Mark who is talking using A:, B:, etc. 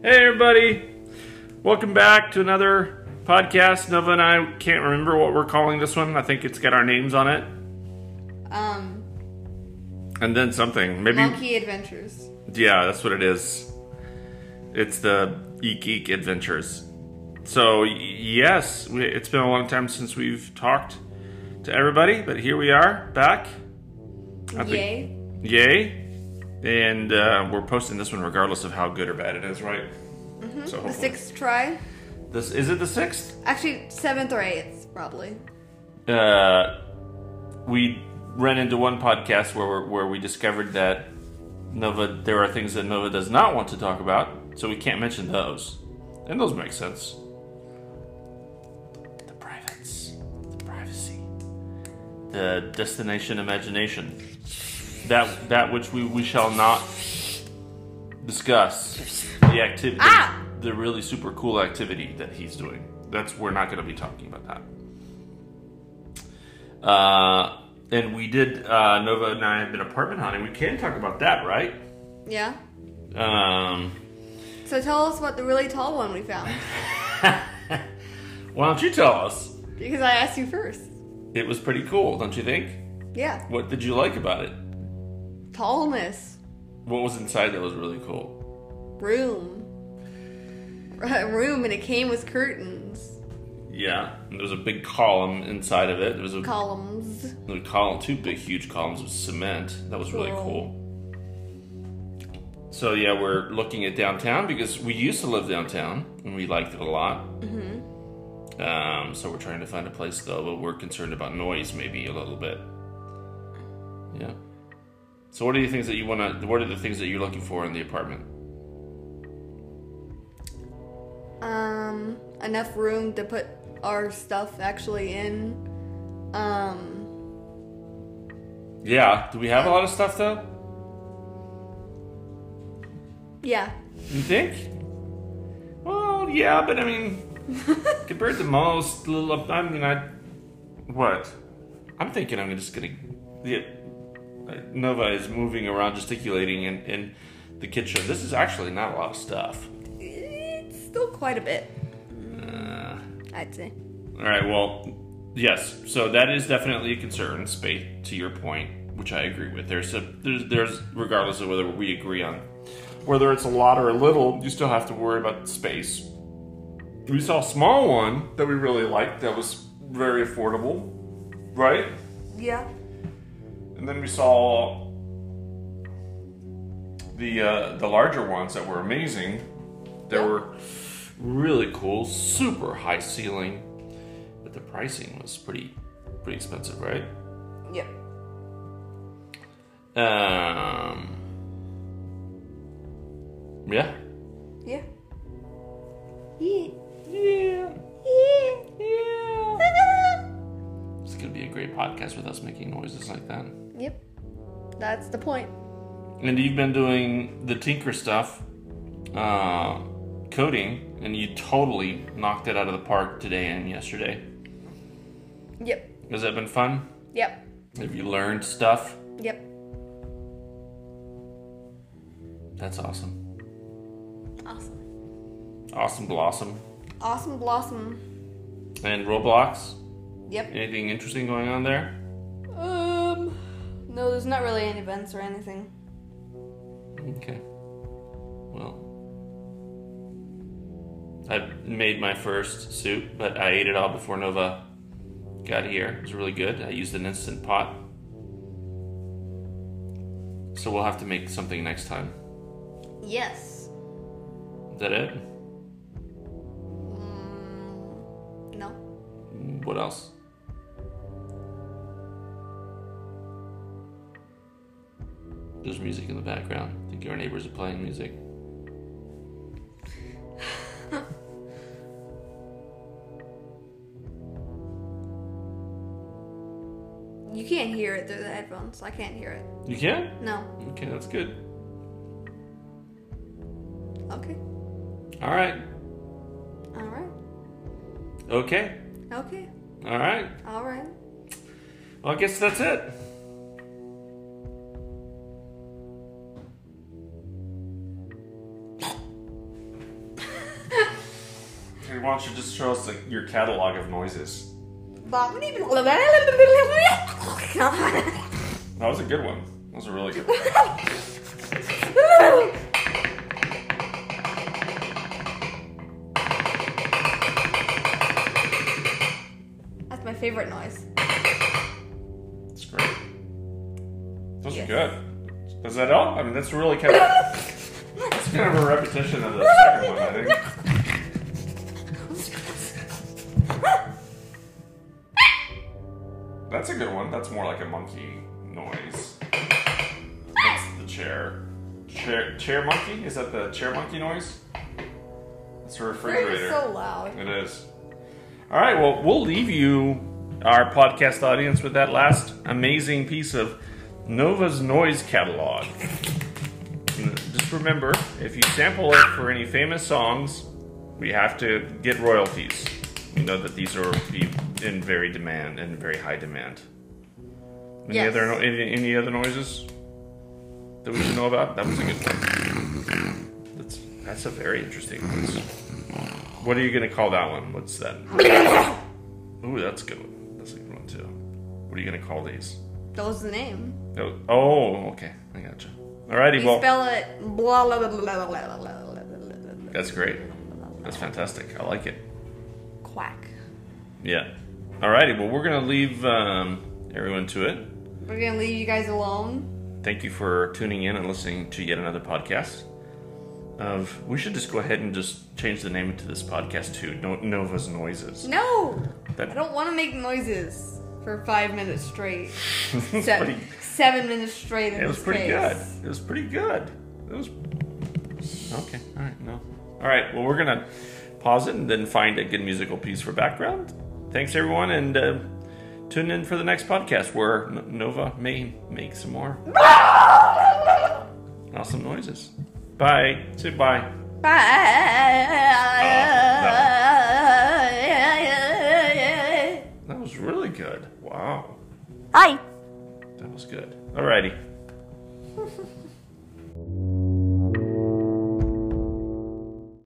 A: Hey, everybody. Welcome back to another podcast. Nova and I can't remember what we're calling this one. I think it's got our names on it.
B: Um,
A: And then something. Maybe.
B: Monkey Adventures.
A: Yeah, that's what it is. It's the Eek Eek Adventures. So, y- yes, we, it's been a long time since we've talked to everybody, but here we are back. I think-
B: Yay.
A: Yay. And uh, we're posting this one regardless of how good or bad it is, right? So
B: Mm-hmm. The
A: hopefully-
B: sixth try.
A: This is it the sixth?
B: Actually, seventh or eighth, probably.
A: Uh, we ran into one podcast where we're, where we discovered that Nova there are things that Nova does not want to talk about, so we can't mention those. And those make sense. The privates, the privacy, the destination imagination. That that which we, we shall not discuss. The activity,
B: Ah!
A: the really super cool activity that he's doing. That's we're not going to be talking about that. Uh, and we did. Uh, Nova and I have been apartment hunting. We can talk about that, right?
B: Yeah.
A: Um,
B: So tell us what the really tall one we found.
A: why don't you tell us?
B: Because I asked you first.
A: It was pretty cool, don't you think?
B: Yeah.
A: What did you like about it?
B: Tallness.
A: What was inside that was really cool?
B: Room. A room, and it came with curtains.
A: Yeah, and there was a big column inside of it. There was a,
B: Columns.
A: there was a column, two big, huge columns of cement. That was really
B: Cool.
A: cool. So yeah, we're looking at downtown because we used to live downtown and we liked it a lot. Um, so we're trying to find a place though, but we're concerned about noise maybe a little bit. Yeah. So what are the things that you want to? What are the things that you're looking for in the apartment?
B: Um, enough room to put our stuff actually in. Um,
A: Yeah. Do we have a lot of stuff though?
B: yeah.
A: You think? Well, yeah, but I mean, compared to most little, I mean, I what? I'm thinking I'm just gonna. Yeah, Nova is moving around, gesticulating in, in the kitchen. This is actually not a lot of stuff.
B: It's still quite a bit,
A: Uh,
B: I'd say.
A: All right. Well, yes. So that is definitely a concern, space to your point, which I agree with. There's a there's there's regardless of whether we agree on whether it's a lot or a little, you still have to worry about space. We saw a small one that we really liked that was very affordable, right?
B: Yeah.
A: And then we saw the uh, the larger ones that were amazing. They
B: Yeah.
A: were really cool, super high ceiling, but the pricing was pretty pretty expensive, right?
B: Yeah.
A: Um, yeah.
B: Yeah. Yeah.
A: Yeah.
B: Yeah.
A: Yeah. It's gonna be a great podcast with us making noises like that.
B: yep. That's the point.
A: And you've been doing the Tinker stuff, uh, coding, and you totally knocked it out of the park today and yesterday.
B: Yep.
A: Has that been fun?
B: Yep.
A: Have you learned stuff?
B: Yep.
A: That's awesome.
B: Awesome.
A: Awesome Blossom.
B: Awesome blossom.
A: And Roblox?
B: Yep.
A: Anything interesting going on there?
B: Um. No, there's not really any events or anything.
A: Okay. Well, I made my first soup, but I ate it all before Nova got here. It was really good. I used an instant pot. So we'll have to make something next time.
B: Yes.
A: Is that it?
B: Mm, no.
A: What else? There's music in the background. I think our neighbors are playing music.
B: You can't hear it through the headphones. I can't hear it.
A: You can?
B: No.
A: Okay, that's good.
B: Okay.
A: All right.
B: All right.
A: Okay.
B: Okay.
A: All right.
B: All right.
A: Well, I guess that's it. why don't you just show us like, your catalog of noises? That was a good one. That was a really good one.
B: That's my favorite noise.
A: That's great. Those
B: Yes.
A: are good. Is that all? I mean, that's really kind of that's kind of a repetition of the second one. I think. That's a good one. That's more like a monkey noise. That's the chair. Chair chair monkey? Is that the chair monkey noise? It's a
B: They're
A: refrigerator.
B: just so loud.
A: It is. All right, well, we'll leave you, our podcast audience, with that last amazing piece of Nova's noise catalog. And Just remember if you sample it for any famous songs, we have to get royalties. We know that these are be in very demand and very high demand. Any
B: Yes.
A: other no- any, any other noises that we should know about? That was a good one. That's that's a very interesting one. What are you gonna call that one? What's that? Ooh, that's a good one. That's a good one too. What are you gonna call these?
B: That was the name.
A: Oh, oh, okay, I gotcha. Alrighty,
B: You
A: well,
B: spell it blah blah blah blah blah blah blah blah blah
A: that's great. That's fantastic. I like it.
B: quack.
A: Yeah. Alrighty, well, we're gonna leave um, everyone to it.
B: We're gonna leave you guys alone.
A: Thank you for tuning in and listening to yet another podcast. Of we should just go ahead and just change the name to this podcast to no- Nova's Noises.
B: No,
A: That-
B: I don't want to make noises for five minutes straight. Seven,
A: pretty-
B: seven minutes straight. In
A: It was
B: this
A: pretty good.
B: case.
A: It was pretty good. It was okay. All right, no. All right. Well, we're gonna pause it and then find a good musical piece for background. Thanks everyone, and uh, tune in for the next podcast where N- Nova may make some more awesome noises. Bye. Say bye.
B: Bye.
A: That was really good. Wow.
B: Bye.
A: That was good. Alrighty.